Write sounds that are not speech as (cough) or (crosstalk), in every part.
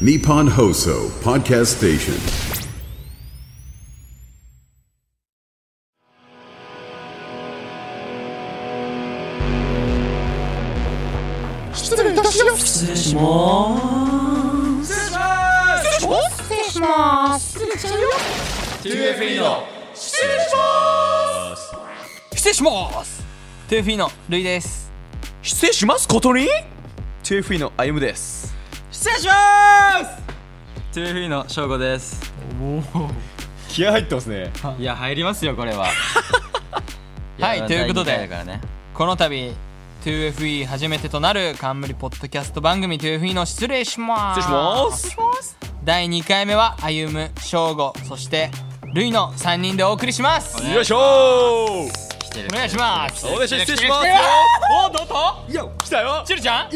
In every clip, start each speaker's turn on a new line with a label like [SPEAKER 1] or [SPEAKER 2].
[SPEAKER 1] Nippon Hoso Podcast Station.
[SPEAKER 2] 失礼いたします失礼します失礼します失礼します失礼しちゃうよ
[SPEAKER 3] TFE の
[SPEAKER 4] 失礼しますトゥーフィーのルイです
[SPEAKER 3] 失礼しますことに TFE の歩です
[SPEAKER 4] 失礼しますトゥーフィーの翔吾です
[SPEAKER 3] 気合入ってますね
[SPEAKER 4] いや入りますよこれははいということでこの度 2FE 初めてとなる冠ポッドキャスト番組 2FE の失礼します
[SPEAKER 3] 失礼します
[SPEAKER 4] 第2回目は歩む翔吾そしてルイの3人でお送りします
[SPEAKER 3] よいしょ
[SPEAKER 4] お願いします
[SPEAKER 3] お願いします失礼します
[SPEAKER 4] おどうと
[SPEAKER 3] よ来たよ
[SPEAKER 4] チルちゃん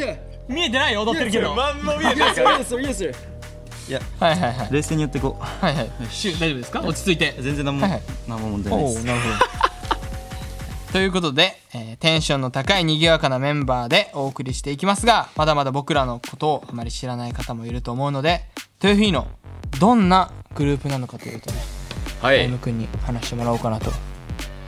[SPEAKER 4] 見えてないよ踊ってるけど
[SPEAKER 3] 何も見えてないから
[SPEAKER 4] はいはいはい
[SPEAKER 5] 冷静にやっていこう
[SPEAKER 4] はいはいシュ大丈夫ですか落ち着いて
[SPEAKER 5] 全然何も、
[SPEAKER 4] はいはい
[SPEAKER 5] 何も問題ないです
[SPEAKER 4] なるほど (laughs) ということで、えーテンションの高いにぎやかなメンバーでお送りしていきますがまだまだ僕らのことをあまり知らない方もいると思うのでトゥーフィーのどんなグループなのかというとね
[SPEAKER 3] は
[SPEAKER 4] 歩夢
[SPEAKER 3] い
[SPEAKER 4] 君に話してもらおうかなと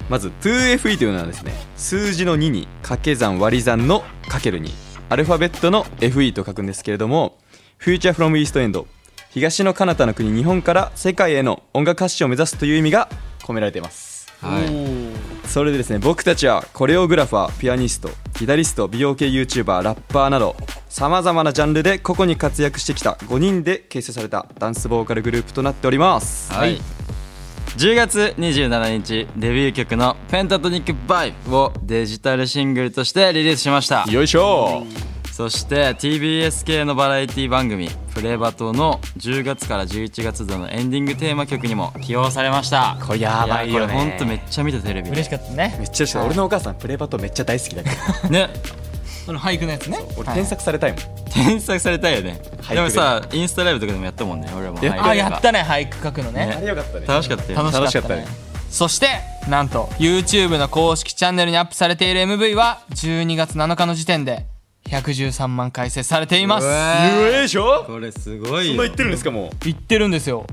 [SPEAKER 3] まず 2FE というのはですね数字の2に掛け算割り算のかける2アルファベットの FE と書くんですけれども Future from East End 東の彼方の国日本から世界への音楽発信を目指すという意味が込められています
[SPEAKER 5] はい
[SPEAKER 3] それでですね僕たちはコレオグラファーピアニストギタリスト美容系 YouTuber ラッパーなどさまざまなジャンルで個々に活躍してきた5人で結成されたダンスボーカルグループとなっております
[SPEAKER 5] はい、10月27日デビュー曲の「ペンタトニック・バイブ」をデジタルシングルとしてリリースしました
[SPEAKER 3] よいしょ
[SPEAKER 5] そして TBS 系のバラエティ番組「プレバト」の10月から11月度のエンディングテーマ曲にも起用されました
[SPEAKER 3] これやばいよね
[SPEAKER 5] やこれほんとめっちゃ見たテレビ
[SPEAKER 4] 嬉しかったね
[SPEAKER 3] めっちゃ嬉しい俺のお母さんプレイバトめっちゃ大好きだから
[SPEAKER 5] ね
[SPEAKER 4] その俳句のやつね
[SPEAKER 3] 俺
[SPEAKER 4] はい
[SPEAKER 3] 添削されたいもん、
[SPEAKER 5] 添削されたいよね
[SPEAKER 3] はい
[SPEAKER 5] でもさインスタライブとかでもやったもんね俺らも
[SPEAKER 3] やった
[SPEAKER 4] あやったね俳句書くのね
[SPEAKER 5] ね
[SPEAKER 3] あれよかったね
[SPEAKER 5] 楽しかったよね
[SPEAKER 4] 楽しかっ
[SPEAKER 3] 楽しかっ
[SPEAKER 4] たね
[SPEAKER 3] たね
[SPEAKER 4] そしてなんと YouTube の公式チャンネルにアップされている MV は12月7日の時点で113万回再生されています
[SPEAKER 3] よいしょ
[SPEAKER 5] これすご
[SPEAKER 3] そ
[SPEAKER 5] い
[SPEAKER 3] んな
[SPEAKER 5] よ
[SPEAKER 3] 言ってるんですかも
[SPEAKER 4] 言ってるんですよ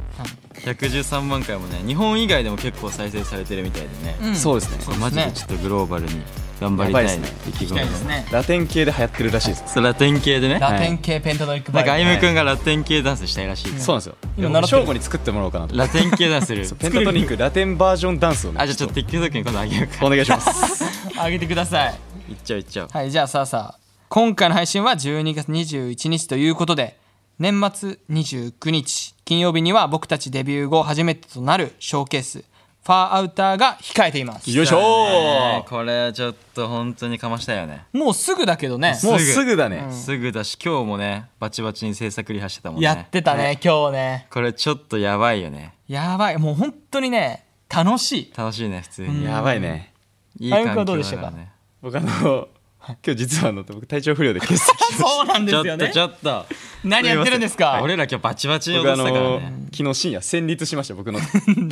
[SPEAKER 5] 113万回もね日本以外でも結構再生されてるみたいでね、
[SPEAKER 3] う、そうですね
[SPEAKER 4] そうですね
[SPEAKER 5] マジでちょっとグローバルに頑張りたい
[SPEAKER 3] やばいですね
[SPEAKER 5] 意気込
[SPEAKER 4] 行き
[SPEAKER 5] み
[SPEAKER 4] たいですね
[SPEAKER 3] ラテン系で流行ってるらしいです
[SPEAKER 5] そうラテン系でね
[SPEAKER 4] ラテン
[SPEAKER 5] 系、
[SPEAKER 4] 系ペンタトニック
[SPEAKER 5] は
[SPEAKER 4] バ
[SPEAKER 5] い、なんかあ
[SPEAKER 4] イ
[SPEAKER 5] ゆむくんがラテン系ダンスしたいらしい、
[SPEAKER 3] そうなんですよ
[SPEAKER 4] 今習ってる
[SPEAKER 3] 翔吾に作ってもらおうかなと
[SPEAKER 5] ラテン系ダンスする
[SPEAKER 3] ペンタトニックラテンバージョンダンスをね
[SPEAKER 5] あじゃあちょっと TikTok に今度あげよう
[SPEAKER 3] (laughs)
[SPEAKER 5] か
[SPEAKER 3] お願いします
[SPEAKER 4] あげてください
[SPEAKER 5] いっちゃういっちゃう
[SPEAKER 4] はいじゃあさあさあ今回の配信は12月21日ということで年末29日金曜日には僕たちデビュー後初めてとなるショーケースファーアウターが控えています
[SPEAKER 3] よいしょ
[SPEAKER 5] ねこれちょっと本当にかましたよね
[SPEAKER 4] もうすぐだけどね
[SPEAKER 3] もうすぐだね、
[SPEAKER 5] すぐだし今日もねバチバチに制作リハしてたもんね
[SPEAKER 4] やってたね今日ね
[SPEAKER 5] これちょっとやばいよね
[SPEAKER 4] やばいもう本当にね楽しい
[SPEAKER 5] 楽しいね普通に
[SPEAKER 3] やばいね
[SPEAKER 5] いい
[SPEAKER 4] あゆむ
[SPEAKER 5] 環
[SPEAKER 4] くんは
[SPEAKER 5] 境
[SPEAKER 4] どうでしたか
[SPEAKER 5] だからね
[SPEAKER 3] 僕あの (laughs) 今日実はあの僕体調不良で欠席
[SPEAKER 4] そうなんで
[SPEAKER 5] ちょ
[SPEAKER 4] す
[SPEAKER 5] っ
[SPEAKER 4] よ
[SPEAKER 5] と
[SPEAKER 4] ね
[SPEAKER 5] ちょっと
[SPEAKER 4] 何やってるんですか
[SPEAKER 5] 俺ら今日バチバチに
[SPEAKER 3] (laughs) 僕
[SPEAKER 5] 踊っ
[SPEAKER 3] あ
[SPEAKER 5] てたから
[SPEAKER 3] の
[SPEAKER 5] ね
[SPEAKER 3] 昨日深夜戦慄しました僕 (laughs) の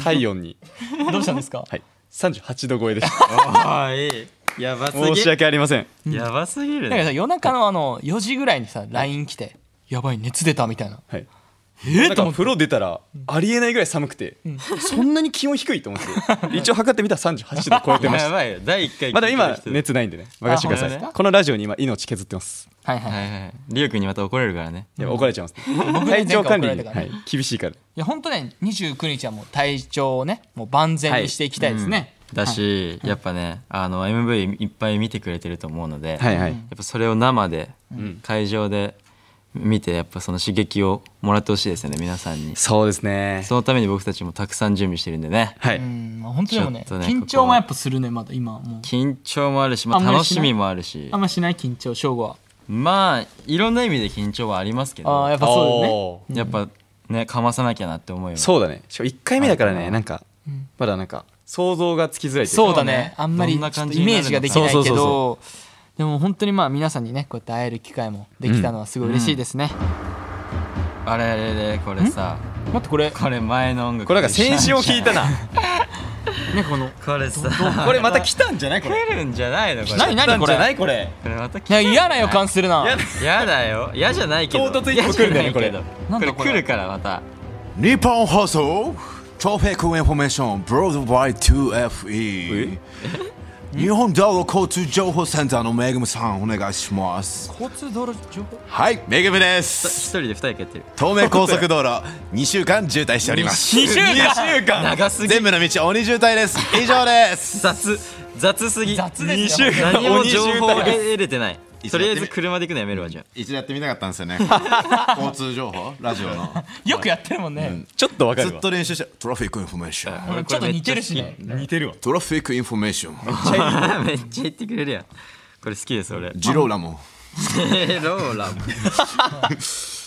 [SPEAKER 3] 体温に
[SPEAKER 4] どうしたんですか
[SPEAKER 3] はい38度超えでした (laughs)
[SPEAKER 5] ああいいやばすぎ
[SPEAKER 3] 申し訳ありません
[SPEAKER 5] やばすぎる
[SPEAKER 4] なんかさ
[SPEAKER 5] ね
[SPEAKER 4] 夜中のあの4時ぐらいにさ LINE 来て「やばい熱出た」みたいな
[SPEAKER 3] はいえなんか風呂出たらありえないぐらい寒くて、そんなに気温低いと思って一応測ってみたら38度超えてまし (laughs)
[SPEAKER 5] や
[SPEAKER 3] た
[SPEAKER 5] ばいよ第一回
[SPEAKER 3] まあでも今
[SPEAKER 5] ね
[SPEAKER 3] 熱ないんでね任せてくだ
[SPEAKER 4] あ
[SPEAKER 3] さ
[SPEAKER 4] 本
[SPEAKER 3] い、
[SPEAKER 4] 当です
[SPEAKER 3] このラジオに今命削ってます
[SPEAKER 4] はいはい、、
[SPEAKER 5] はいいはいリオ君にまた怒られるからね
[SPEAKER 3] やばい怒られちゃいます、
[SPEAKER 4] 僕ね
[SPEAKER 3] 体調管理
[SPEAKER 4] 前
[SPEAKER 3] に、
[SPEAKER 4] 回怒られたか
[SPEAKER 3] は
[SPEAKER 4] ら
[SPEAKER 3] い、厳しいから
[SPEAKER 4] や本当ね29日はもう体調をねもう万全にしていきたいですね、
[SPEAKER 5] うんだしやっぱねあの MV いっぱい見てくれてると思うので
[SPEAKER 3] はいはい
[SPEAKER 5] やっぱそれを生で会場で見てやっぱその刺激をもらってほしいですよね皆さんに
[SPEAKER 3] そうですね
[SPEAKER 5] そのために僕たちもたくさん準備してるんでね
[SPEAKER 3] はい、
[SPEAKER 4] うんまあ本当でもね
[SPEAKER 5] ちょっとね
[SPEAKER 4] 緊張もやっぱするねまだ今もう
[SPEAKER 5] 緊張もあるし、まあ、
[SPEAKER 4] あんまり
[SPEAKER 5] 楽
[SPEAKER 4] しない
[SPEAKER 5] しみもあるし
[SPEAKER 4] あんましない緊張省吾は
[SPEAKER 5] まあいろんな意味で緊張はありますけど
[SPEAKER 4] ああやっぱそうだよね
[SPEAKER 3] おー
[SPEAKER 5] やっぱねかまさなきゃなって思うよ
[SPEAKER 3] そうだねしかも1回目だからねなんかまだなんか想像がつきづらいとい
[SPEAKER 4] そう
[SPEAKER 3] か
[SPEAKER 4] だねあんまり
[SPEAKER 5] どんな
[SPEAKER 4] ちょっ
[SPEAKER 5] 感
[SPEAKER 4] と
[SPEAKER 5] じ
[SPEAKER 4] イ
[SPEAKER 5] にな
[SPEAKER 4] メー
[SPEAKER 5] るのか
[SPEAKER 4] ジができないけど
[SPEAKER 3] そうそうそう
[SPEAKER 4] でも本当にまあ皆さんにねこうやって会える機会もできたのはすごい嬉しいですね、
[SPEAKER 5] あれあれあれこれさ
[SPEAKER 4] 待ってこれ
[SPEAKER 5] これ前の音楽
[SPEAKER 3] これなんか先週を
[SPEAKER 5] い
[SPEAKER 3] 聞いたな
[SPEAKER 4] ねこの
[SPEAKER 5] これさ
[SPEAKER 3] これまた来たんじゃないこれ
[SPEAKER 5] 来るんじゃないのこれ
[SPEAKER 4] 何何こ
[SPEAKER 3] じゃな
[SPEAKER 4] れ
[SPEAKER 3] いこれ
[SPEAKER 5] これまた来
[SPEAKER 4] なんか嫌な予感するな
[SPEAKER 3] や
[SPEAKER 5] やだよ嫌じゃないけど
[SPEAKER 3] 唐突に来るんだよねこれ
[SPEAKER 5] 嫌じゃないけど
[SPEAKER 4] なんだこ
[SPEAKER 5] こ
[SPEAKER 4] れ
[SPEAKER 5] れ来るからまた
[SPEAKER 6] 日本放送トピックインフォメーションブロードバイ 2FE (laughs) 日本道路交通情報センターのめぐみさんお願いします
[SPEAKER 4] 交通道路情報
[SPEAKER 6] はいめぐみで
[SPEAKER 5] 一
[SPEAKER 3] (laughs)
[SPEAKER 6] す
[SPEAKER 5] 人で二役やってる
[SPEAKER 6] 東名高速道路2週間渋滞してお
[SPEAKER 3] (laughs)
[SPEAKER 6] ります
[SPEAKER 4] 2週間
[SPEAKER 3] 週間
[SPEAKER 5] 長すぎ
[SPEAKER 6] 全部の道鬼渋
[SPEAKER 3] (laughs)
[SPEAKER 6] 滞です以上です
[SPEAKER 5] 雑雑すぎ
[SPEAKER 4] 雑ですよ
[SPEAKER 5] 二週間何も情報
[SPEAKER 3] 鬼
[SPEAKER 5] を
[SPEAKER 3] 渋滞です
[SPEAKER 5] 得れてないとりあえず車で行くのやめるわじゃあ
[SPEAKER 6] 一度やってみたかったんです
[SPEAKER 3] (laughs)
[SPEAKER 6] よね交通情報ラジオの
[SPEAKER 4] よくやってるもんね
[SPEAKER 3] ちょっとわか
[SPEAKER 6] ず
[SPEAKER 3] る
[SPEAKER 6] っ
[SPEAKER 3] わ
[SPEAKER 6] と練習してトラフィックインフォメーション
[SPEAKER 4] うんちょっと似てるしね
[SPEAKER 3] 似てるわ
[SPEAKER 6] トラフィックインフォメーショ
[SPEAKER 4] (laughs)
[SPEAKER 6] ン
[SPEAKER 5] めっちゃ言ってくれるやんこれ好きです俺
[SPEAKER 6] ジローラモ
[SPEAKER 5] えローラも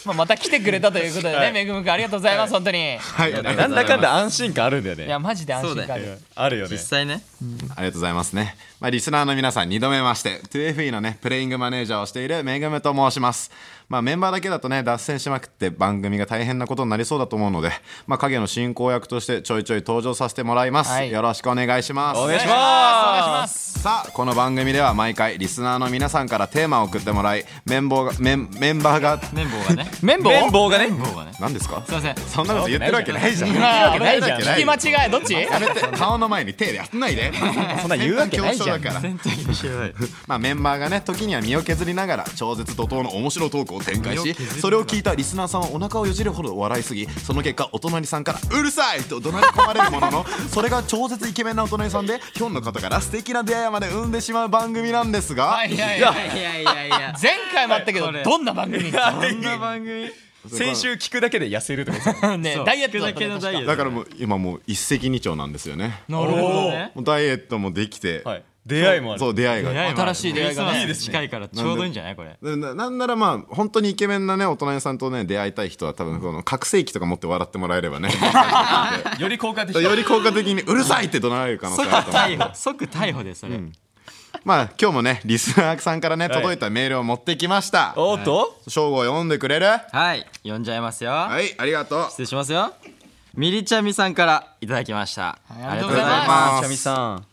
[SPEAKER 4] まあまた来てくれたということでねめぐむくんありがとうございます本当にい
[SPEAKER 6] はいありが
[SPEAKER 3] なんだかんだ安心感あるんだよね
[SPEAKER 4] やマジで安心
[SPEAKER 5] そうだ
[SPEAKER 4] 感
[SPEAKER 5] よ
[SPEAKER 3] うんあるよね
[SPEAKER 5] 実際ね
[SPEAKER 6] ありがとうございますね。まあ、リスナーの皆さん、2度目まして、2FE のね、プレイングマネージャーをしているめぐむと申します。まあ、メンバーだけだとね、脱線しまくって番組が大変なことになりそうだと思うので、まあ、影の進行役としてちょいちょい登場させてもらいます。
[SPEAKER 4] はい
[SPEAKER 6] よろしくお願いします。
[SPEAKER 3] お願いし
[SPEAKER 4] お願いし
[SPEAKER 3] ま
[SPEAKER 4] ます
[SPEAKER 6] さあこの番組では毎回リスナーの皆さんからテーマを送ってもらいメンボーがメンメンバーが
[SPEAKER 5] 綿棒がね
[SPEAKER 4] (laughs) 綿棒
[SPEAKER 3] 綿棒がね
[SPEAKER 5] 綿棒がね
[SPEAKER 6] 何ですか
[SPEAKER 5] すいません
[SPEAKER 6] そんなこと言ってるわけないじゃん
[SPEAKER 4] あー危ないじ
[SPEAKER 6] 言
[SPEAKER 4] ゃん
[SPEAKER 6] ってるわ
[SPEAKER 4] 聞
[SPEAKER 6] け
[SPEAKER 4] き
[SPEAKER 6] な
[SPEAKER 4] 間
[SPEAKER 6] い
[SPEAKER 4] 違いどっち
[SPEAKER 6] やめて顔の前に手でやんないで
[SPEAKER 3] (laughs) そんな言うわけないじゃん
[SPEAKER 6] 先端恐怖症だから
[SPEAKER 5] 全体に知らない
[SPEAKER 6] (laughs) まあ、メンバーがね時には身を削りながら超絶怒涛の面白トークを展開しそれを聞いたリスナーさんはお腹をよじるほど笑いすぎその結果お隣さんから「うるさい!」と怒鳴り込まれるもののそれが超絶イケメンなお隣さんでひょんのことから素敵な出会いまで生んでしまう番組なんですが、
[SPEAKER 4] はいはいはい
[SPEAKER 5] いやいやいや
[SPEAKER 4] 前回もあったけど
[SPEAKER 5] これ
[SPEAKER 4] どんな番組
[SPEAKER 5] こんな番組
[SPEAKER 3] 先週聞くだけで痩せるとかさ
[SPEAKER 4] ね
[SPEAKER 5] そう
[SPEAKER 4] ダイエットだった
[SPEAKER 5] 聞くだけのダイエ
[SPEAKER 4] ね
[SPEAKER 5] ット
[SPEAKER 6] だからもう今もう一石二鳥なんですよね
[SPEAKER 4] なるほどね
[SPEAKER 6] もうダイエットもできて、
[SPEAKER 3] はい出会いもある
[SPEAKER 6] そう出会いが
[SPEAKER 4] (laughs) 新しい出会いがね
[SPEAKER 5] いいです近いからちょうどいいんじゃないこれ
[SPEAKER 6] なななんならまあ本当にイケメンなね大人さんとね出会いたい人は多分この覚醒器とか持って笑ってもらえれ
[SPEAKER 3] (laughs)
[SPEAKER 6] ばね (laughs)
[SPEAKER 3] より効果的
[SPEAKER 6] より効果的にうるさいって怒鳴られる可能性
[SPEAKER 5] 即
[SPEAKER 6] あると思う
[SPEAKER 5] 逮捕即逮捕でそれ、
[SPEAKER 6] まあ今日もねリスナーさんからね
[SPEAKER 3] はい
[SPEAKER 6] 届いたメールを持ってきました
[SPEAKER 3] おっと
[SPEAKER 6] 正吾読んでくれるは
[SPEAKER 5] はい呼んじゃいますよ、
[SPEAKER 6] いありがとう
[SPEAKER 5] 失礼しますよみりちゃみさんからいただきました、
[SPEAKER 4] いありがとうござい
[SPEAKER 5] あ
[SPEAKER 4] ま
[SPEAKER 5] りが
[SPEAKER 4] す
[SPEAKER 3] ちゃみさん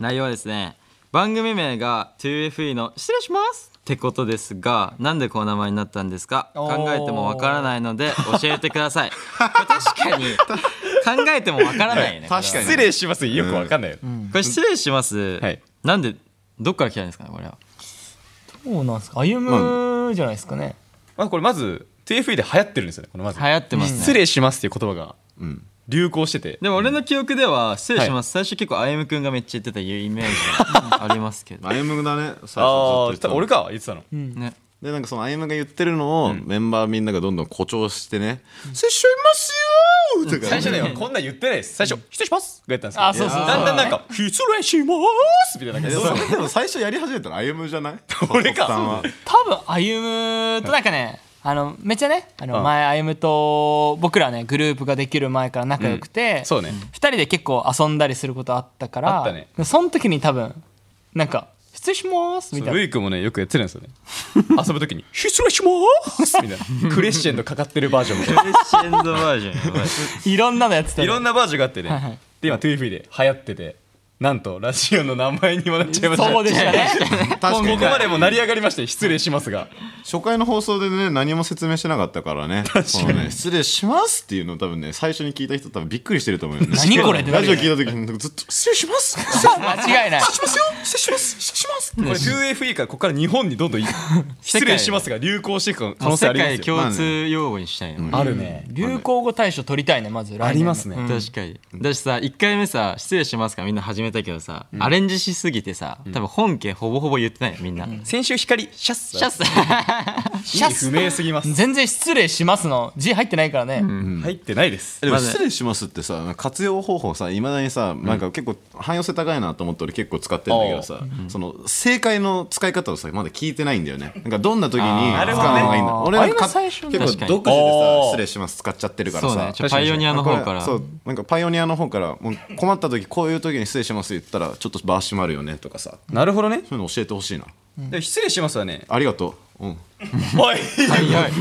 [SPEAKER 5] 内容はですね番組名が 2FE の「失礼します」ってことですがなんでこう名前になったんですか
[SPEAKER 4] お
[SPEAKER 5] 考
[SPEAKER 4] ー
[SPEAKER 5] えてもわからないので教えてくださいこれ確かに考えてもわからないよねこれは
[SPEAKER 6] 確かに
[SPEAKER 3] 失礼しますよくわかんないよ
[SPEAKER 5] これ失礼します、
[SPEAKER 3] はい
[SPEAKER 5] なんでどっから来たんですかねこれは
[SPEAKER 4] そうなんですか歩むじゃないですかね
[SPEAKER 3] まあこれまず TFE で流行ってるんですよねこのまず
[SPEAKER 5] 流行ってますね、
[SPEAKER 3] 失礼しますっていう言葉が流行してて
[SPEAKER 5] でも俺の記憶では「失礼します」最初結構あゆむくんがめっちゃ言ってたいうイメージ (laughs) がありますけど、
[SPEAKER 6] 歩夢だね
[SPEAKER 3] あ
[SPEAKER 6] 最初ずっと言って
[SPEAKER 3] あ
[SPEAKER 6] たの
[SPEAKER 3] 俺か言ってたの
[SPEAKER 5] ね、
[SPEAKER 6] でなんかその歩夢が言ってるのをメンバーみんながどんどん誇張してね「接しますよ!」とか
[SPEAKER 3] 最初ねこんなん言ってないです最初失礼しますがやったんですけど
[SPEAKER 4] あそうそうそう
[SPEAKER 3] だんだんなんか失礼しますみたいな感
[SPEAKER 6] え
[SPEAKER 3] じ
[SPEAKER 6] で
[SPEAKER 3] で
[SPEAKER 6] もでも最初やり始めたら歩夢じゃない
[SPEAKER 3] 俺か
[SPEAKER 6] お父さんは
[SPEAKER 4] 多分歩むとなんかねあのめっちゃねあの
[SPEAKER 3] ん
[SPEAKER 4] 前歩むと僕らねグループができる前から仲良くて、
[SPEAKER 3] そうね
[SPEAKER 4] 2人で結構遊んだりすることあったから
[SPEAKER 3] あったね
[SPEAKER 4] その時に多分なんか「失礼します」みたい
[SPEAKER 3] ル
[SPEAKER 4] な
[SPEAKER 3] イ君もねよくやってるんですよ
[SPEAKER 4] (laughs)
[SPEAKER 3] ね遊ぶときに「失礼します」みたい
[SPEAKER 4] (laughs)
[SPEAKER 3] なクレッシェンドかかってるバージョンみたいな
[SPEAKER 5] クレッシェンドバージョンやばい
[SPEAKER 4] いろんなのやってた
[SPEAKER 3] いろんなバージョンがあってね、
[SPEAKER 4] はいはい
[SPEAKER 3] で今 2FE で流行っててなんとラジオの名前にもなっちゃいました
[SPEAKER 4] そうでしたね
[SPEAKER 6] 確
[SPEAKER 3] (laughs) (laughs)
[SPEAKER 6] か
[SPEAKER 3] もう
[SPEAKER 6] に
[SPEAKER 3] ここまでも成り上がりまして失礼しますが
[SPEAKER 6] 初回の放送でね何も説明してなかったから (laughs) ねこのね失礼しますっていうのを多分ね最初に聞いた人多分びっくりしてると思うよね
[SPEAKER 4] 何これってな
[SPEAKER 6] ラ
[SPEAKER 4] る
[SPEAKER 6] ジ
[SPEAKER 4] よ
[SPEAKER 6] オ
[SPEAKER 4] ね
[SPEAKER 6] 聞いた時にずっと「失礼します」
[SPEAKER 4] 間違いない
[SPEAKER 3] これ 2FE からここから日本にどんどんい失礼しますが流行していく可能性あります
[SPEAKER 5] 世界
[SPEAKER 3] よ
[SPEAKER 5] 共通用語にしたいの、
[SPEAKER 3] あるね
[SPEAKER 4] 流行語大賞取りたいねまず来年の
[SPEAKER 3] ありますね、
[SPEAKER 5] 確かにだしさ1回目さ「失礼します」からみんな始めたけどさ、アレンジしすぎてさ多分本家ほぼほぼ言ってないよみんな、
[SPEAKER 3] 先週光シャッ
[SPEAKER 5] シャ
[SPEAKER 3] ス
[SPEAKER 5] ス
[SPEAKER 4] シャス
[SPEAKER 3] 不明すぎます
[SPEAKER 4] 全然失礼しますの字入ってないからね、
[SPEAKER 3] 入ってないです
[SPEAKER 6] でも
[SPEAKER 5] まず
[SPEAKER 6] 失礼しますってさ活用方法さいまだにさなんか結構汎用性高いなと思って俺結構使ってるんだけどさその正解の使い方をさまだ聞いてないんだよねなんかどんな時に使うのがいいんだ俺なん
[SPEAKER 4] あれ
[SPEAKER 6] か
[SPEAKER 4] が最初なんだ
[SPEAKER 6] 結
[SPEAKER 5] 確
[SPEAKER 6] 構
[SPEAKER 5] かに
[SPEAKER 6] 独自で
[SPEAKER 3] あ
[SPEAKER 6] さ
[SPEAKER 3] ー
[SPEAKER 6] 失礼します使っちゃってるから
[SPEAKER 5] そう
[SPEAKER 6] さ
[SPEAKER 5] ねちょパイオニアの方から
[SPEAKER 6] そうなんかパイオニアの方からもう困った時こういう時に失礼しします」言ったら「ちょっとバー閉まるよね」とかさそ
[SPEAKER 3] なるほどね
[SPEAKER 6] ういうの教えてほしいな
[SPEAKER 3] でも失礼しますわね
[SPEAKER 6] ありがとううん
[SPEAKER 3] おい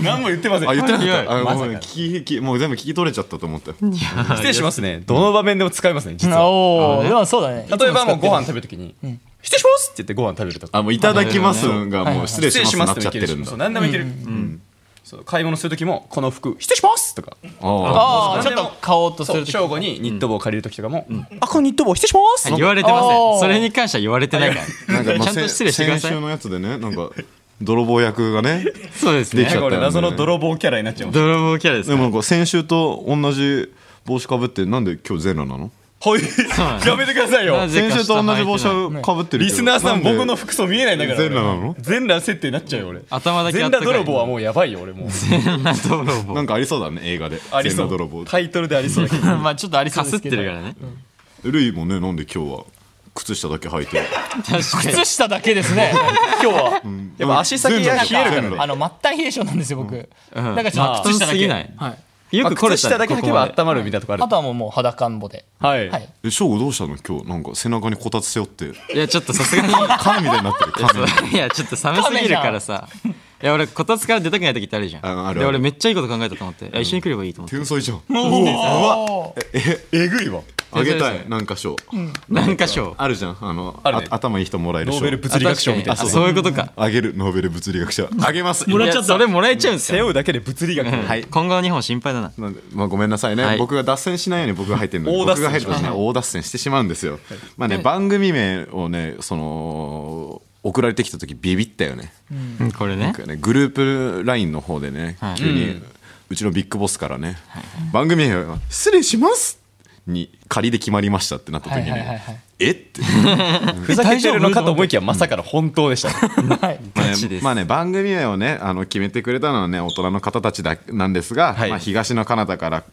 [SPEAKER 3] 何も言ってません
[SPEAKER 6] あ言ってなかったあ
[SPEAKER 3] まさ
[SPEAKER 6] ご
[SPEAKER 3] か
[SPEAKER 6] めん聞き聞きもう全部聞き取れちゃったと思ったよ
[SPEAKER 3] 失礼しますねどの場面でも使いますね実は
[SPEAKER 4] おお、でもそうだね。
[SPEAKER 3] 例えばもうご飯食べるときに「失礼します!」って言ってご飯食べるとか
[SPEAKER 6] あもういただきますがもう失礼
[SPEAKER 3] 失礼
[SPEAKER 6] し
[SPEAKER 3] し
[SPEAKER 6] ま
[SPEAKER 3] ますす
[SPEAKER 6] ってなっちゃってるんだ
[SPEAKER 3] そう何でもいけるうんそう買い物するときもこの服「失礼します!」とか
[SPEAKER 6] ああ
[SPEAKER 4] ああ、ちょっと買おうとす
[SPEAKER 3] そ
[SPEAKER 4] る
[SPEAKER 3] う
[SPEAKER 4] とき
[SPEAKER 3] 正午にニット帽を借りるときとかも「あこのニット帽失礼します!」
[SPEAKER 5] 言われてま
[SPEAKER 4] おー
[SPEAKER 5] せんそれに関しては言われてないから
[SPEAKER 6] なんかま
[SPEAKER 5] ち
[SPEAKER 6] あ
[SPEAKER 5] ゃんと
[SPEAKER 6] せ
[SPEAKER 5] 失礼してくだ
[SPEAKER 6] 先
[SPEAKER 5] さい
[SPEAKER 6] 週のやつでねなんか泥棒役
[SPEAKER 5] (laughs)
[SPEAKER 6] がね
[SPEAKER 5] そうです
[SPEAKER 6] できち
[SPEAKER 3] なん
[SPEAKER 5] ね
[SPEAKER 6] ゃっ
[SPEAKER 3] か俺謎の泥棒キャラになっちゃう
[SPEAKER 5] 泥棒キャラです
[SPEAKER 6] で
[SPEAKER 5] か
[SPEAKER 6] もなんか先週と同じ帽子かぶってなんで今日ゼロなの
[SPEAKER 3] はいやめてくださいよ
[SPEAKER 5] なぜ
[SPEAKER 6] 先
[SPEAKER 5] か
[SPEAKER 6] 週
[SPEAKER 5] 下
[SPEAKER 6] と
[SPEAKER 5] の
[SPEAKER 6] 同じ
[SPEAKER 5] 履いてない
[SPEAKER 6] 帽子かぶって
[SPEAKER 3] リ
[SPEAKER 6] るけど
[SPEAKER 3] スナーさん
[SPEAKER 6] なで
[SPEAKER 3] 僕の服装見えないんだから
[SPEAKER 6] 全裸なの
[SPEAKER 3] 全裸設定になっちゃうよ俺
[SPEAKER 5] 頭だけ
[SPEAKER 3] 全
[SPEAKER 5] あった
[SPEAKER 3] 裸
[SPEAKER 5] かい
[SPEAKER 3] 泥棒はもうやばいよ俺もう
[SPEAKER 5] (laughs) 泥棒
[SPEAKER 6] なんかありそうだね映画で
[SPEAKER 3] あり
[SPEAKER 6] 全
[SPEAKER 3] そ
[SPEAKER 6] 裸泥棒
[SPEAKER 3] うタイトルでありそうだけ
[SPEAKER 5] (laughs)
[SPEAKER 3] ど
[SPEAKER 4] まあちょっとありそう
[SPEAKER 5] か
[SPEAKER 4] ですす
[SPEAKER 5] っ
[SPEAKER 4] け
[SPEAKER 5] て
[SPEAKER 4] ど。
[SPEAKER 5] るからね
[SPEAKER 6] ルイもねなんで今日は靴下だけ履いて
[SPEAKER 5] 確
[SPEAKER 6] (laughs)
[SPEAKER 4] (laughs)
[SPEAKER 5] かに
[SPEAKER 4] 靴下だけですね。今日は。
[SPEAKER 3] やっぱ足先が冷えるからね
[SPEAKER 6] 全裸
[SPEAKER 4] あの末端冷え性なんですよ僕。なんかちょ
[SPEAKER 5] ま
[SPEAKER 4] っ
[SPEAKER 5] あ
[SPEAKER 4] と靴下
[SPEAKER 5] 靴下
[SPEAKER 4] だ
[SPEAKER 5] す
[SPEAKER 4] け。
[SPEAKER 5] ぎ
[SPEAKER 4] は
[SPEAKER 5] ない
[SPEAKER 4] い。
[SPEAKER 5] よく
[SPEAKER 3] こ
[SPEAKER 5] これ
[SPEAKER 3] れ下だけ履けば温まるみたいなとこある
[SPEAKER 4] あとはもうもう裸んぼで。
[SPEAKER 3] はい
[SPEAKER 4] はい。
[SPEAKER 6] え翔吾どうしたの今日なんか背中にこたつ背負って
[SPEAKER 5] いやちょっとさ
[SPEAKER 4] (laughs)
[SPEAKER 5] すがに
[SPEAKER 6] 缶みたいになってる缶みたい
[SPEAKER 5] いやちょっと寒すぎるからさいや俺こたつから出たくない時ってあるじゃん
[SPEAKER 6] あある
[SPEAKER 5] で
[SPEAKER 6] ある
[SPEAKER 5] 俺めっちゃいいこと考えたと思って、いや一緒に来ればいいと思って
[SPEAKER 6] (laughs) 天才じ (laughs) ゃん
[SPEAKER 4] おー
[SPEAKER 6] えぐいわあげた
[SPEAKER 5] 天才
[SPEAKER 6] いなんか賞
[SPEAKER 5] 何か所
[SPEAKER 6] あるじゃんあの
[SPEAKER 3] あるね
[SPEAKER 6] あ頭いい人もらえる
[SPEAKER 3] ノ
[SPEAKER 6] 賞
[SPEAKER 3] ーベル物理学賞みたい
[SPEAKER 5] あ確か
[SPEAKER 3] な
[SPEAKER 5] にあそう
[SPEAKER 3] あ
[SPEAKER 5] そういうことか
[SPEAKER 6] あげるノーベル物理学賞 (laughs) あげます
[SPEAKER 5] もそれもらえちゃうんです
[SPEAKER 3] 背
[SPEAKER 5] よ
[SPEAKER 3] 負うだけで物理学
[SPEAKER 5] はい今後の日本心配だな
[SPEAKER 6] なんでまあ、ごめんなさいね、
[SPEAKER 5] はい
[SPEAKER 6] 僕が脱線しないように僕が入ってるので
[SPEAKER 3] 大脱
[SPEAKER 6] 僕
[SPEAKER 3] 線
[SPEAKER 6] が入るとね大脱線してしまうんですよ、まあね番組名をねその送られてきた時ビビったよね,、
[SPEAKER 5] うんこれね
[SPEAKER 6] ねグループ LINE の方でね、
[SPEAKER 5] はい
[SPEAKER 6] 急に、うちのビッグボスからね、番組名は「失礼します」に仮で決まりましたってなった時に、
[SPEAKER 4] はいはいはいはい
[SPEAKER 6] えって、
[SPEAKER 3] ふざけてるのかと思いきやまさかの本当でした (laughs)
[SPEAKER 4] はい。
[SPEAKER 6] まあ
[SPEAKER 5] ガチで
[SPEAKER 6] ね
[SPEAKER 5] す
[SPEAKER 6] まあね番組名をねあの決めてくれたのはね大人の方たちだなんですが、
[SPEAKER 3] はい
[SPEAKER 6] まあ、東の彼方から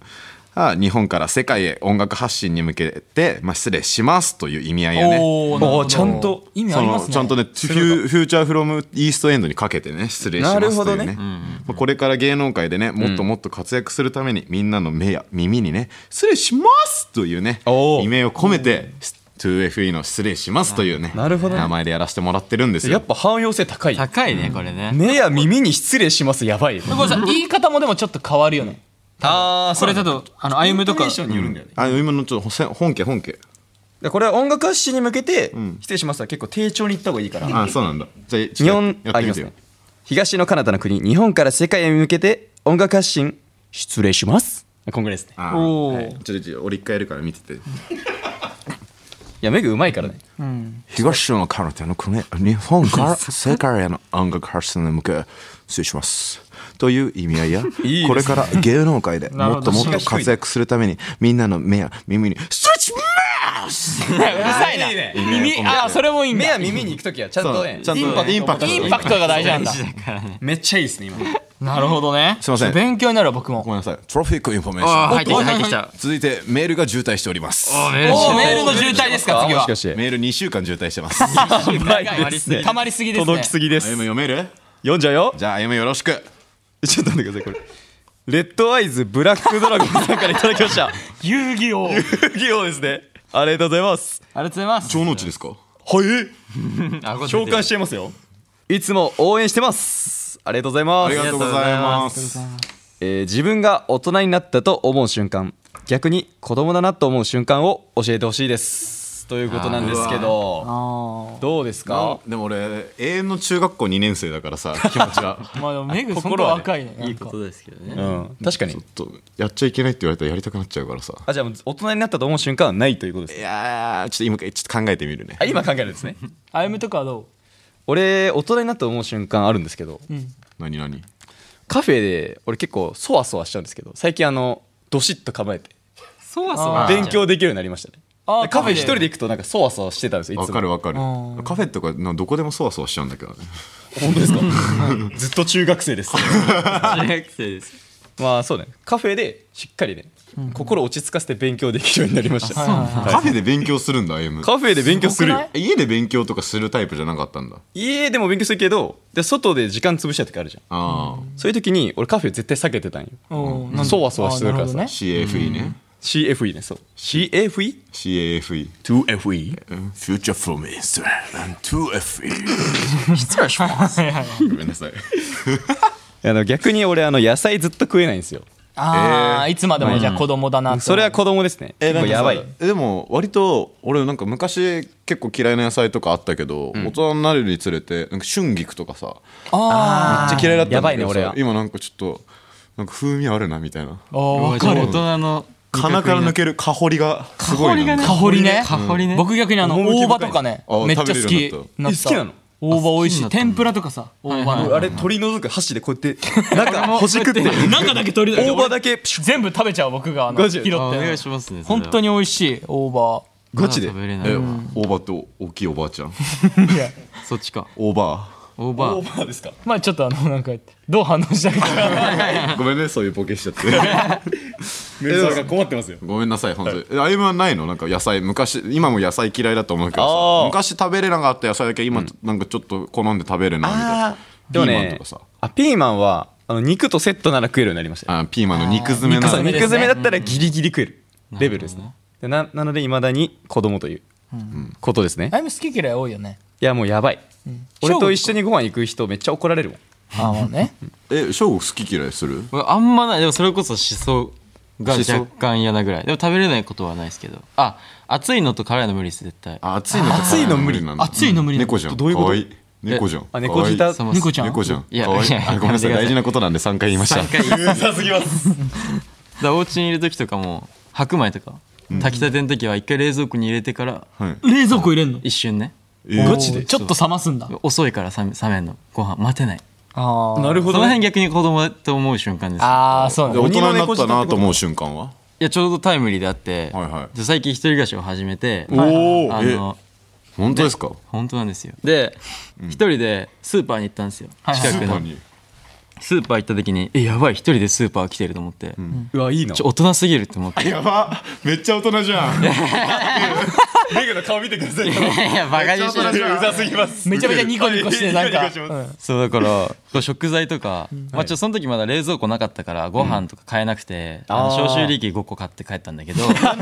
[SPEAKER 6] あ日本から世界へ音楽発信に向けて、まあ、失礼しますという意味合いやね
[SPEAKER 4] おーなるほど
[SPEAKER 3] ちゃんと
[SPEAKER 4] 意味あ
[SPEAKER 6] そ
[SPEAKER 4] りま
[SPEAKER 6] の
[SPEAKER 4] すね。
[SPEAKER 6] ちゃんとねフューフューチャーフロムイーストエンドにかけてね失礼しますという
[SPEAKER 3] な
[SPEAKER 6] ね
[SPEAKER 3] るほどねうん
[SPEAKER 6] まあこれから芸能界でねもっともっと活躍するために、みんなの目や耳にね失礼しますというね
[SPEAKER 3] おー
[SPEAKER 6] 意味を込めて 2FE の失礼しますというね
[SPEAKER 3] なるほどね
[SPEAKER 6] 名前でやらせてもらってるんですよ
[SPEAKER 3] やっぱ汎用性高い
[SPEAKER 5] 高いねこれね
[SPEAKER 3] 目や耳に失礼しますやばいよ
[SPEAKER 4] これさ言い方もでもちょっと変わるよね。
[SPEAKER 3] ああ
[SPEAKER 4] それだとあの歩むとか。
[SPEAKER 3] によるんだよね
[SPEAKER 6] あ今のちょっとせ本家本家
[SPEAKER 3] これは音楽発信に向けて失礼しますは結構丁重に行った方がいいから
[SPEAKER 6] あそうなんだじゃあち
[SPEAKER 3] 日
[SPEAKER 6] ょっ
[SPEAKER 3] 本
[SPEAKER 6] とやや
[SPEAKER 3] あ
[SPEAKER 6] っ
[SPEAKER 3] り
[SPEAKER 6] てみ
[SPEAKER 3] ま
[SPEAKER 6] て
[SPEAKER 3] す
[SPEAKER 6] よ
[SPEAKER 3] ね東の彼方の国日本から世界へ向けて音楽発信失礼しますこんぐらいですね
[SPEAKER 6] あ
[SPEAKER 4] おー
[SPEAKER 6] ーちょっとちょっと俺一回やるから見てて
[SPEAKER 3] いやメグうまいからね
[SPEAKER 6] 東の彼方の国日本から世界への音楽発信に向け失礼しますという意味合いや
[SPEAKER 3] いいですね
[SPEAKER 6] これから芸能界でもっともっ
[SPEAKER 3] なる
[SPEAKER 6] と
[SPEAKER 3] ほど
[SPEAKER 6] 活躍するためにみんなの目や耳に失礼します
[SPEAKER 4] (laughs) うるさいな。
[SPEAKER 3] いいね
[SPEAKER 4] 耳あそれもいいん
[SPEAKER 3] 目や
[SPEAKER 4] だ。
[SPEAKER 3] 耳に行くときはちゃんとね
[SPEAKER 6] ちゃんとねインパクト
[SPEAKER 4] インパクトが大事なんだ。
[SPEAKER 3] めっちゃいいですね今
[SPEAKER 4] なるほどね。
[SPEAKER 6] すいません
[SPEAKER 4] 勉強になるわ僕も。
[SPEAKER 6] ごめんなさいトロフィックインフォメーシ
[SPEAKER 5] あ
[SPEAKER 6] ョン
[SPEAKER 5] あ入ってきた入ってきた
[SPEAKER 6] 続いてメールが渋滞しております
[SPEAKER 5] おメール
[SPEAKER 4] お
[SPEAKER 5] し
[SPEAKER 4] ー
[SPEAKER 5] て
[SPEAKER 4] メールの渋滞ですか次は
[SPEAKER 3] もし。かして
[SPEAKER 6] メール2週間渋滞してます
[SPEAKER 3] やばいですね
[SPEAKER 4] 溜まりすぎですね。
[SPEAKER 3] 届きすぎです
[SPEAKER 6] 歩読める
[SPEAKER 3] 読んじゃうよ
[SPEAKER 6] じゃあ歩よろしく
[SPEAKER 3] ちょっと待ってくださいこれレッドアイズブラックドラゴンさんからいただきました
[SPEAKER 4] 遊戯王。あり
[SPEAKER 3] 企業ですねありがとうございます
[SPEAKER 4] がとうございます。
[SPEAKER 6] 城之内ですか
[SPEAKER 3] はい
[SPEAKER 5] 顎出てる
[SPEAKER 3] 共感してますよいつも応援してますありがとうございます
[SPEAKER 6] ありがとうございます
[SPEAKER 3] えー自分が大人になったと思う瞬間逆に子供だなと思う瞬間を教えてほしいですということなんですけどどうです
[SPEAKER 6] あ
[SPEAKER 3] か
[SPEAKER 6] でも俺永遠の中学校2年生だからさ気持ち (laughs) は
[SPEAKER 4] まあでもメグそんな
[SPEAKER 3] 心はね
[SPEAKER 4] 若いね。なん
[SPEAKER 5] いい
[SPEAKER 4] か
[SPEAKER 5] ことですけどね
[SPEAKER 3] うん確かに
[SPEAKER 6] ちょっとやっちゃいけないって言われたらやりたくなっちゃうからさ
[SPEAKER 3] あじゃあもう大人になったと思う瞬間はないということです
[SPEAKER 6] いやーちょっと今ちょっと考えてみるね
[SPEAKER 3] (laughs) あ今考えるんですね
[SPEAKER 4] 歩むとかはど
[SPEAKER 3] (laughs) 俺大人になったと思う瞬間あるんですけど、
[SPEAKER 6] 何何
[SPEAKER 3] カフェで俺結構そわそわしちゃうんですけど最近あのどしっと構えて
[SPEAKER 5] そうはそう
[SPEAKER 3] 勉強できるようになりましたね
[SPEAKER 4] あー
[SPEAKER 3] でカフェ
[SPEAKER 4] カフェで
[SPEAKER 3] 一人で行くとなんかそわそわしてたんですよい
[SPEAKER 6] わ
[SPEAKER 3] つ
[SPEAKER 6] か
[SPEAKER 3] も
[SPEAKER 6] るわかるカフェとかなどこでもそわそわしちゃうんだけどね
[SPEAKER 3] 本当ですか (laughs) ずっと中学生です
[SPEAKER 5] 中学生です
[SPEAKER 3] まあそうねカフェでしっかりね、心を落ち着かせて勉強できるようになりました、はい
[SPEAKER 6] カフェで勉強す (laughs) るんだ AM
[SPEAKER 3] カフェで勉強する
[SPEAKER 4] すごく
[SPEAKER 3] よ
[SPEAKER 4] ない
[SPEAKER 6] え家で勉強とかするタイプじゃなかったんだ
[SPEAKER 3] 家でも勉強するけどで外で時間潰した時あるじゃん
[SPEAKER 6] ああ
[SPEAKER 3] そういう時に俺カフェ絶対避けてたんよ
[SPEAKER 4] う。おーなんだ
[SPEAKER 3] そわそわしてるからさ
[SPEAKER 4] あーなほどね
[SPEAKER 6] CFE ね
[SPEAKER 3] CFE ねそう CFE?2FE
[SPEAKER 6] CAFE Future from Israel and to FE (laughs)
[SPEAKER 4] 失礼します。はいはいはい
[SPEAKER 6] ごめんなさい
[SPEAKER 3] あの逆に俺あの野菜ずっと食えないんですよ
[SPEAKER 4] ああ、いつまでもじゃあ子供だなって。
[SPEAKER 3] それは子供ですね
[SPEAKER 6] えなん
[SPEAKER 3] もう
[SPEAKER 6] かさ
[SPEAKER 3] やばい
[SPEAKER 6] でも割と俺なんか昔結構嫌いな野菜とかあったけど、大人になるにつれてなんか春菊とかさ
[SPEAKER 4] あ
[SPEAKER 6] めっちゃ嫌いだったんだけど
[SPEAKER 3] やばいね
[SPEAKER 6] さ
[SPEAKER 3] 俺は
[SPEAKER 6] 今なんかちょっとなんか風味あるなみたいな
[SPEAKER 4] あ、わか
[SPEAKER 5] 大
[SPEAKER 4] る。
[SPEAKER 5] 人の
[SPEAKER 6] 鼻から抜ける香りがすごいな
[SPEAKER 4] 香りね。
[SPEAKER 5] 香りね
[SPEAKER 4] 僕逆にあの、
[SPEAKER 3] 趣
[SPEAKER 4] 大
[SPEAKER 3] 深い
[SPEAKER 4] 葉とかね
[SPEAKER 6] あ、
[SPEAKER 4] めっちゃ好
[SPEAKER 6] 食べれ
[SPEAKER 4] き
[SPEAKER 6] るように。
[SPEAKER 4] なっ
[SPEAKER 3] え
[SPEAKER 4] た
[SPEAKER 3] 好きなの
[SPEAKER 4] 大葉美味しい。
[SPEAKER 5] 好きになったんだ
[SPEAKER 4] 天ぷらとかさ、大葉の。
[SPEAKER 3] あれ取り除く箸でこ (laughs) うやって中星食って
[SPEAKER 4] なんかだけ取り出して
[SPEAKER 3] 大葉だけピシュッ
[SPEAKER 4] 全部食べちゃう僕があの
[SPEAKER 3] ガ
[SPEAKER 4] 拾
[SPEAKER 3] チ
[SPEAKER 4] っ
[SPEAKER 5] あお願
[SPEAKER 4] て
[SPEAKER 5] いしますね
[SPEAKER 4] 本当
[SPEAKER 5] に
[SPEAKER 4] に美味しい大葉
[SPEAKER 3] ガチで
[SPEAKER 5] 食べれない
[SPEAKER 6] え大葉と大きいおばあちゃん
[SPEAKER 5] そっちか
[SPEAKER 6] 大葉
[SPEAKER 5] オーバー
[SPEAKER 4] まあちょっとあのなんかどう反応したか
[SPEAKER 6] ごめんねそういうボケしちゃってメンサーが困ってますよごめんなさい本当にえ歩夢はないのなんか野菜昔今も野菜嫌いだと思うけど
[SPEAKER 3] あ
[SPEAKER 6] さ
[SPEAKER 3] ー
[SPEAKER 6] 昔食べれなかった野菜だけ今なんかちょっと好んで食べるなみたいなピ
[SPEAKER 3] でも
[SPEAKER 6] ーマンと
[SPEAKER 3] ね
[SPEAKER 6] かさ
[SPEAKER 3] あピーマンはあの肉とセットなら食えるようになりましたよ
[SPEAKER 6] あピーマンの肉詰めな
[SPEAKER 3] そう
[SPEAKER 6] の
[SPEAKER 4] 肉
[SPEAKER 3] 肉
[SPEAKER 4] 詰
[SPEAKER 3] 詰
[SPEAKER 4] め
[SPEAKER 3] めだ
[SPEAKER 4] ですね
[SPEAKER 3] ったらギリギリ食えるレベルですねでななのでいまだに子供ということですね
[SPEAKER 4] あいみ好き嫌い多いよね
[SPEAKER 3] いやもうやばい俺と一緒にご飯行く人めっちゃ怒られるもん
[SPEAKER 4] あまあね
[SPEAKER 6] え翔吾好き嫌いする
[SPEAKER 5] あんまないでもそれこそしそが
[SPEAKER 6] しそ
[SPEAKER 5] 若干嫌なぐらいでも食べれないことはないですけどあ熱いのと辛いの無理です絶対
[SPEAKER 6] あ熱いのとか
[SPEAKER 3] 熱いの無理
[SPEAKER 6] なんだ
[SPEAKER 4] 熱いの無理なの
[SPEAKER 6] 猫じゃん
[SPEAKER 3] どういうこと
[SPEAKER 6] かわいい猫じゃん
[SPEAKER 3] あ猫舌
[SPEAKER 5] そ
[SPEAKER 3] そ
[SPEAKER 5] も
[SPEAKER 4] 猫ちゃん
[SPEAKER 6] 猫じゃん
[SPEAKER 5] いや
[SPEAKER 6] かわい
[SPEAKER 5] い
[SPEAKER 6] い
[SPEAKER 5] や
[SPEAKER 6] あごめんなさい
[SPEAKER 5] やめてください
[SPEAKER 6] 大事なことなんで3回言いました
[SPEAKER 5] だからお家にいる時とかも白米とか炊きたての時は一回冷蔵庫に入れてから
[SPEAKER 4] 冷蔵庫入れんの
[SPEAKER 5] 一瞬ね
[SPEAKER 6] ガ
[SPEAKER 4] ちょっと冷ますんだ
[SPEAKER 5] 遅いから冷め冷めんのご飯待てない
[SPEAKER 4] ああ
[SPEAKER 3] なる
[SPEAKER 5] そ
[SPEAKER 3] ほ
[SPEAKER 5] の
[SPEAKER 3] どね
[SPEAKER 5] 辺逆に子供と思う瞬間です
[SPEAKER 4] ああそう
[SPEAKER 6] で
[SPEAKER 4] ね
[SPEAKER 6] 大人になったなと思う瞬間はい
[SPEAKER 5] やちょうどタイムリーであって、
[SPEAKER 6] はいはい
[SPEAKER 5] で最近一人暮らしを始めて
[SPEAKER 6] おお
[SPEAKER 5] あ
[SPEAKER 6] え
[SPEAKER 5] の
[SPEAKER 6] 本当ですか
[SPEAKER 5] 本当なんですよで一人でスーパーに行ったんですよ
[SPEAKER 4] はいはい
[SPEAKER 5] 近くのスーパー行った時にえやばい一人でスーパー来てると思って、
[SPEAKER 3] うわいいな
[SPEAKER 5] ちょ大人すぎると思って
[SPEAKER 6] やばめっちゃ大人じゃんめっ
[SPEAKER 5] いやバカにしてる
[SPEAKER 6] ざすぎます
[SPEAKER 4] めちゃめちゃニコニコしてなんか
[SPEAKER 5] そうだからこう食材とか、まあ、ちょその時まだ冷蔵庫なかったからご飯とか買えなくて、あの
[SPEAKER 3] あー
[SPEAKER 5] 消臭力5個買って帰ったんだ (laughs) けどあ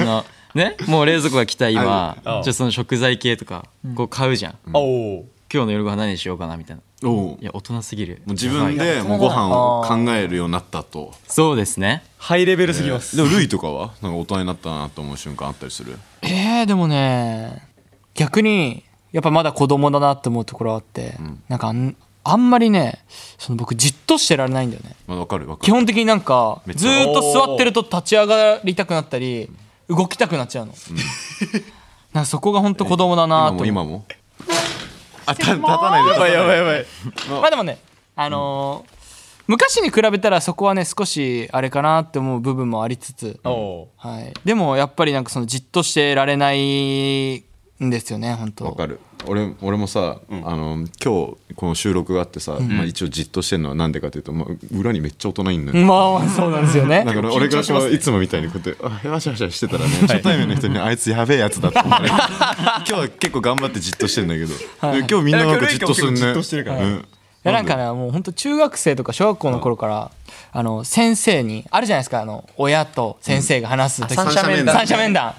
[SPEAKER 5] のねもう冷蔵庫が来た今ちょっとその食材系とかこう買うじゃん、
[SPEAKER 3] お (laughs) お
[SPEAKER 5] 今日の夜ご飯何にしようかなみたいな
[SPEAKER 6] おおう
[SPEAKER 5] いや大人すぎる
[SPEAKER 6] もう自分でもうご飯を考えるようになったと
[SPEAKER 5] そうですね
[SPEAKER 3] ハイレベルすぎます
[SPEAKER 6] でもルイとかはなんか大人になったなと思う瞬間あったりする
[SPEAKER 4] えー、でもね逆にやっぱまだ子供だなって思うところあって、なんかあんあんまりねその僕じっとしてられないんだよね
[SPEAKER 6] まあわかるわか
[SPEAKER 4] 基
[SPEAKER 6] る
[SPEAKER 4] 本的になんか
[SPEAKER 6] めっち
[SPEAKER 4] ず
[SPEAKER 6] ゃ
[SPEAKER 4] ーっと座ってると立ち上がりたくなったり動きたくなっちゃうの、 (laughs) なんかそこが本当子供だな
[SPEAKER 6] 今
[SPEAKER 4] と思
[SPEAKER 6] も
[SPEAKER 4] う
[SPEAKER 6] 今もあた立たないでやばいやばいやばい
[SPEAKER 4] まあでもねあのー昔に比べたらそこはね少しあれかなって思う部分もありつつ、
[SPEAKER 3] お
[SPEAKER 4] はい、でもやっぱりなんかそのじっとしてられないんですよね本当
[SPEAKER 6] わかる俺俺もさ、あの今日この収録があってさ、まあ、一応じっとしてるのはなんでかというと、まあ、裏にめっちゃ大人いんのよ、
[SPEAKER 4] まあ (laughs) そうなんですよね
[SPEAKER 6] だから俺がこういつもみたいにこうやってあわしゃわしゃしてたらね初対面の人にあいつやべえやつだって思わ
[SPEAKER 3] (laughs)
[SPEAKER 6] れる今日は結構頑張ってじっとしてんだけど、今日みんななんかじっとするね
[SPEAKER 3] 今日ルイカも結構じっとしてるから
[SPEAKER 6] うん
[SPEAKER 4] いやなんかねもう本当中学生とか小学校の頃から、あの先生にあるじゃないですかあの親と先生が話す時、
[SPEAKER 6] 三者面談
[SPEAKER 4] 三者面談、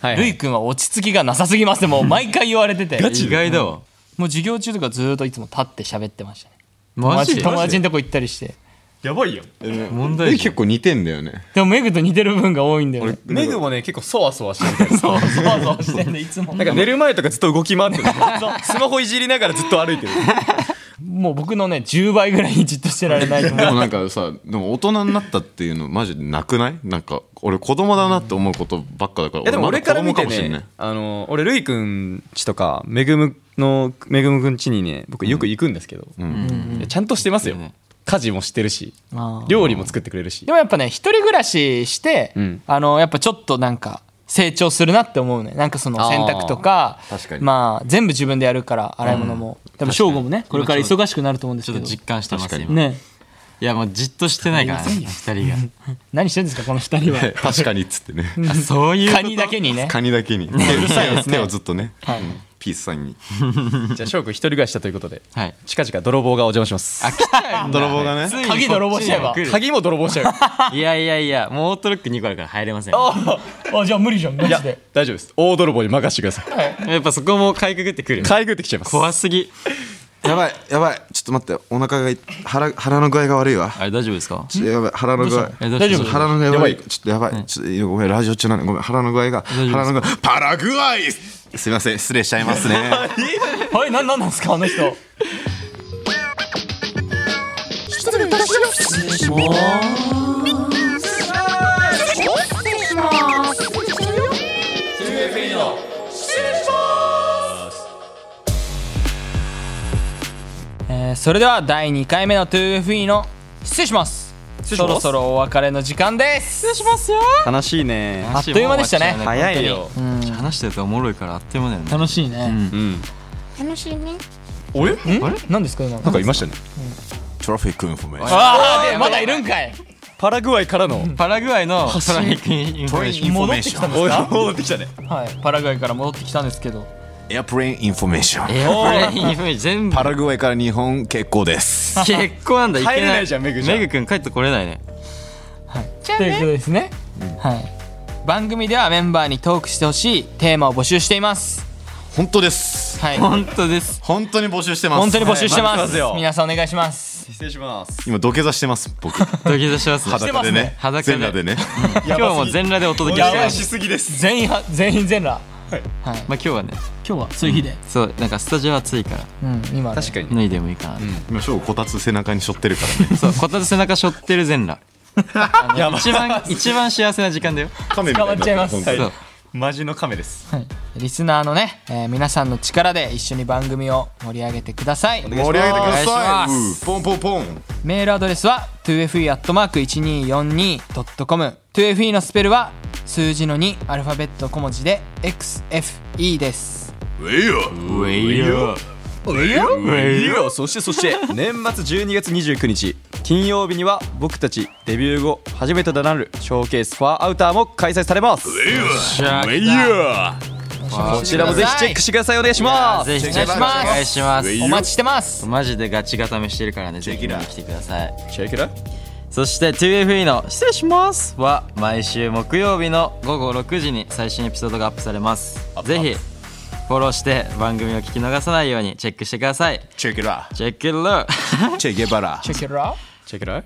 [SPEAKER 3] はい
[SPEAKER 4] るい君は落ち着きがなさすぎますってもう毎回言われてて
[SPEAKER 5] 意外だわ
[SPEAKER 4] もう授業中とかずーっといつも立って喋ってましたね
[SPEAKER 5] マジ
[SPEAKER 4] 友達のとこ行ったりして
[SPEAKER 3] やばいよ
[SPEAKER 5] 問
[SPEAKER 6] ル
[SPEAKER 5] 題
[SPEAKER 6] イ
[SPEAKER 5] 児
[SPEAKER 6] 結構似てんだよね
[SPEAKER 4] でもメグと似てる部分が多いんだよね
[SPEAKER 3] メグもね結構そわそわしてるみたいな
[SPEAKER 4] そうそうそうしてんでいつも
[SPEAKER 3] なんか寝る前とかずっと動き回ってる
[SPEAKER 6] (laughs)
[SPEAKER 3] スマホいじりながらずっと歩いてる
[SPEAKER 4] もう僕のね10倍ぐらいにじっとしてられないと
[SPEAKER 6] で (laughs)
[SPEAKER 4] 思う
[SPEAKER 6] もなんかさでも大人になったっていうのマジでなくないなんか俺子供だなって思うことばっかだから
[SPEAKER 3] いやでも俺から見て
[SPEAKER 6] まだ子供かもしれない
[SPEAKER 3] ね、あの俺るいくんちとかめぐむのめぐむくんちにね僕よく行くんですけど、いやちゃんとしてますよ、家事もしてるし
[SPEAKER 4] あー
[SPEAKER 3] 料理も作ってくれるし
[SPEAKER 4] でもやっぱね一人暮らしして、
[SPEAKER 3] ん
[SPEAKER 4] あのやっぱちょっとなんか成長するなって思うねなんかその洗濯とか
[SPEAKER 6] ー確かに
[SPEAKER 4] まあ全部自分でやるから洗い物も、でも省吾もねこれから忙しくなると思うんで
[SPEAKER 5] ち
[SPEAKER 4] す
[SPEAKER 5] ょっ
[SPEAKER 4] け
[SPEAKER 5] と
[SPEAKER 4] ど
[SPEAKER 5] 実感してます今
[SPEAKER 4] ね
[SPEAKER 5] いやもうじっとしてないからね二人が
[SPEAKER 4] 何してるんですかこの二人 (laughs) は
[SPEAKER 6] (laughs) 確かにっつってね
[SPEAKER 5] あそういうこ
[SPEAKER 4] カ
[SPEAKER 5] と
[SPEAKER 4] ニだけにね
[SPEAKER 6] カニだけに手を手をずっとね、
[SPEAKER 4] はい
[SPEAKER 6] ピースさんに
[SPEAKER 3] じゃあ翔くん一人暮らしだということで
[SPEAKER 5] はい
[SPEAKER 3] 近々泥棒がお邪魔します
[SPEAKER 6] 泥棒がね
[SPEAKER 5] ついに
[SPEAKER 4] 鍵泥棒しちゃえば
[SPEAKER 5] こっちに来る
[SPEAKER 3] 鍵も泥棒しちゃう
[SPEAKER 5] いやいやいやもうオートロック2個あるから入れません
[SPEAKER 4] あじゃあ無理じゃんマ
[SPEAKER 3] い
[SPEAKER 4] ジ
[SPEAKER 3] や
[SPEAKER 4] で
[SPEAKER 3] 大丈夫です大泥棒に任せてください
[SPEAKER 5] やっぱそこもかいくぐってくる
[SPEAKER 3] かいぐってきちゃいます
[SPEAKER 5] 怖すぎ
[SPEAKER 6] やばいやばいちょっと待ってお腹がい腹腹の具合が悪いわ
[SPEAKER 5] あれ大丈夫ですか
[SPEAKER 6] ちょっとやばい腹の具合
[SPEAKER 5] えどうした
[SPEAKER 4] 大丈夫
[SPEAKER 6] 腹の具合悪
[SPEAKER 3] やば
[SPEAKER 6] いちょっとやばいちょっとごめんラジオ中なのごめん腹の具合が腹の具合パラグアイすいません失礼しちゃいますね
[SPEAKER 4] はいなんなんなんですかあの人 (laughs) えーそれでは第2回目の 2FE の失礼しますそろそろお別れの時間です失礼しますよ
[SPEAKER 3] 悲しいね
[SPEAKER 4] あっという間でしたね
[SPEAKER 3] 早いよ
[SPEAKER 5] 話してるとおもろいからあっという間だよね
[SPEAKER 4] 楽しいね、
[SPEAKER 3] うん
[SPEAKER 2] 楽しいね。
[SPEAKER 3] おえ
[SPEAKER 4] うん、何ですか今の
[SPEAKER 3] なんかいましたね
[SPEAKER 6] トロフィー君フォメーション
[SPEAKER 4] ああまだいるんかい
[SPEAKER 3] パラグアイからの
[SPEAKER 5] パラグアイのトライクインフォメーション
[SPEAKER 4] 戻ってきたんですか
[SPEAKER 3] 戻ってきたね
[SPEAKER 4] はいパラグアイから戻ってきたんですけど
[SPEAKER 6] エアプレインインフォメーション
[SPEAKER 5] エアプレインインフォメーション全部
[SPEAKER 6] パラグアイから日本結構です
[SPEAKER 5] 結構なんだいけない
[SPEAKER 3] 入れないじゃんメグちゃん
[SPEAKER 5] メグくん帰ってこれないね
[SPEAKER 4] ということですね、はい番組ではメンバーにトークしてほしいテーマを募集しています
[SPEAKER 6] 本当です
[SPEAKER 4] はい
[SPEAKER 5] 本当です
[SPEAKER 6] 本当に募集してます
[SPEAKER 4] 本当に募集してま
[SPEAKER 3] は
[SPEAKER 4] す,、
[SPEAKER 3] い待ってますよ
[SPEAKER 4] 皆さんお願いします
[SPEAKER 3] 失礼します
[SPEAKER 6] 今土下座してます僕
[SPEAKER 5] ドキドキしますね
[SPEAKER 6] 裸でね
[SPEAKER 5] 裸で
[SPEAKER 6] 全裸でね
[SPEAKER 5] 今日はもう全裸でお届けしてます
[SPEAKER 3] すぎです
[SPEAKER 4] 全員は (laughs) 全員全裸
[SPEAKER 5] まあ今日はね
[SPEAKER 4] 今日はそういう日で
[SPEAKER 5] そうなんかスタジオ暑いから
[SPEAKER 4] うん今ね
[SPEAKER 3] 確かに
[SPEAKER 5] 脱いでもいいかな、
[SPEAKER 6] 今ショーこたつ背中に背負ってるからね
[SPEAKER 5] そうこたつ背中背負ってる全裸あの
[SPEAKER 3] (laughs) やば
[SPEAKER 5] 一番一番幸せな時間だよ
[SPEAKER 6] カメみたい
[SPEAKER 4] 捕
[SPEAKER 6] にな
[SPEAKER 4] まっちゃいます
[SPEAKER 6] 本当に
[SPEAKER 5] そう
[SPEAKER 3] マジのカメです
[SPEAKER 4] はいリスナーのね、えー皆さんの力で一緒に番組を盛り上げてください
[SPEAKER 6] (laughs) 盛り上げてく
[SPEAKER 4] お
[SPEAKER 6] だ
[SPEAKER 4] 願
[SPEAKER 6] さ
[SPEAKER 4] い
[SPEAKER 6] い
[SPEAKER 4] し
[SPEAKER 6] うんポンポンポン
[SPEAKER 4] メールアドレスは 2fe.1242.com 2fe のスペルは数字の2アルファベット小文字で XFE です
[SPEAKER 6] ウェイよ
[SPEAKER 5] ウェイよ
[SPEAKER 3] いいよそしてそして
[SPEAKER 6] (laughs)
[SPEAKER 3] 年末12月29日金曜日には僕たちデビュー後初めてとなるショーケースファーアウターも開催されます
[SPEAKER 5] ゃ
[SPEAKER 3] こちらもぜひチェックしてくださいお願いします
[SPEAKER 5] ぜひ
[SPEAKER 4] お
[SPEAKER 5] お
[SPEAKER 4] 願いします
[SPEAKER 5] 願いします
[SPEAKER 4] お待ちしてます
[SPEAKER 5] マジでガチ固めしてるからねぜひ見に来てください
[SPEAKER 3] チェックだ
[SPEAKER 5] そして 2FE の「失礼します」は毎週木曜日の午後6時に最新エピソードがアップされますぜひフォローして番組を聞き逃さないようにチェックしてください
[SPEAKER 6] チェケラ
[SPEAKER 5] チェックルー
[SPEAKER 6] チェゲバラ
[SPEAKER 4] チェックラ
[SPEAKER 3] チェックだ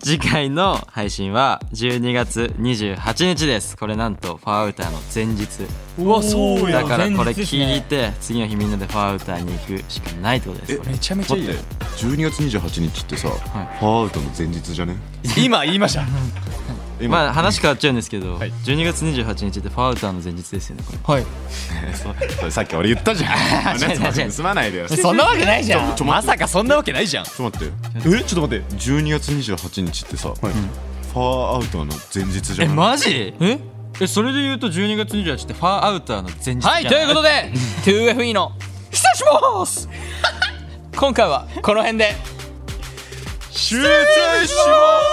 [SPEAKER 5] 次回の配信は12月28日ですこれなんとファーアウターの前日
[SPEAKER 4] うわそう
[SPEAKER 5] だからこれ聞いて次の日みんなでファーアウターに行くしかないってことですこれ
[SPEAKER 3] めちゃめちゃいいよ
[SPEAKER 6] 12月28日ってさファーアウトの前日じゃね
[SPEAKER 3] 今言い
[SPEAKER 6] (laughs)
[SPEAKER 3] ました
[SPEAKER 5] まあ話変わっちゃうんですけ
[SPEAKER 3] い
[SPEAKER 5] ど、12月28日ってファーアウターの前日ですよねこれ
[SPEAKER 4] はい
[SPEAKER 6] そう (laughs) さっき俺言ったじゃ (laughs) ん
[SPEAKER 5] 違う違う違う
[SPEAKER 6] すまないでよちょ
[SPEAKER 4] そんなわけないじゃん
[SPEAKER 6] ちょ待って
[SPEAKER 3] かそんなわけないじゃん
[SPEAKER 6] ちょ待って
[SPEAKER 3] えちょっと待って
[SPEAKER 6] 12月28日ってさファーアウトの前日じゃ
[SPEAKER 5] え
[SPEAKER 6] ない
[SPEAKER 5] マジええそれで言うと12月28日ってファーアウターの前日
[SPEAKER 4] はいということで
[SPEAKER 5] (laughs)
[SPEAKER 4] 2FE の「失礼します! 」今回はこの辺で
[SPEAKER 3] 失礼します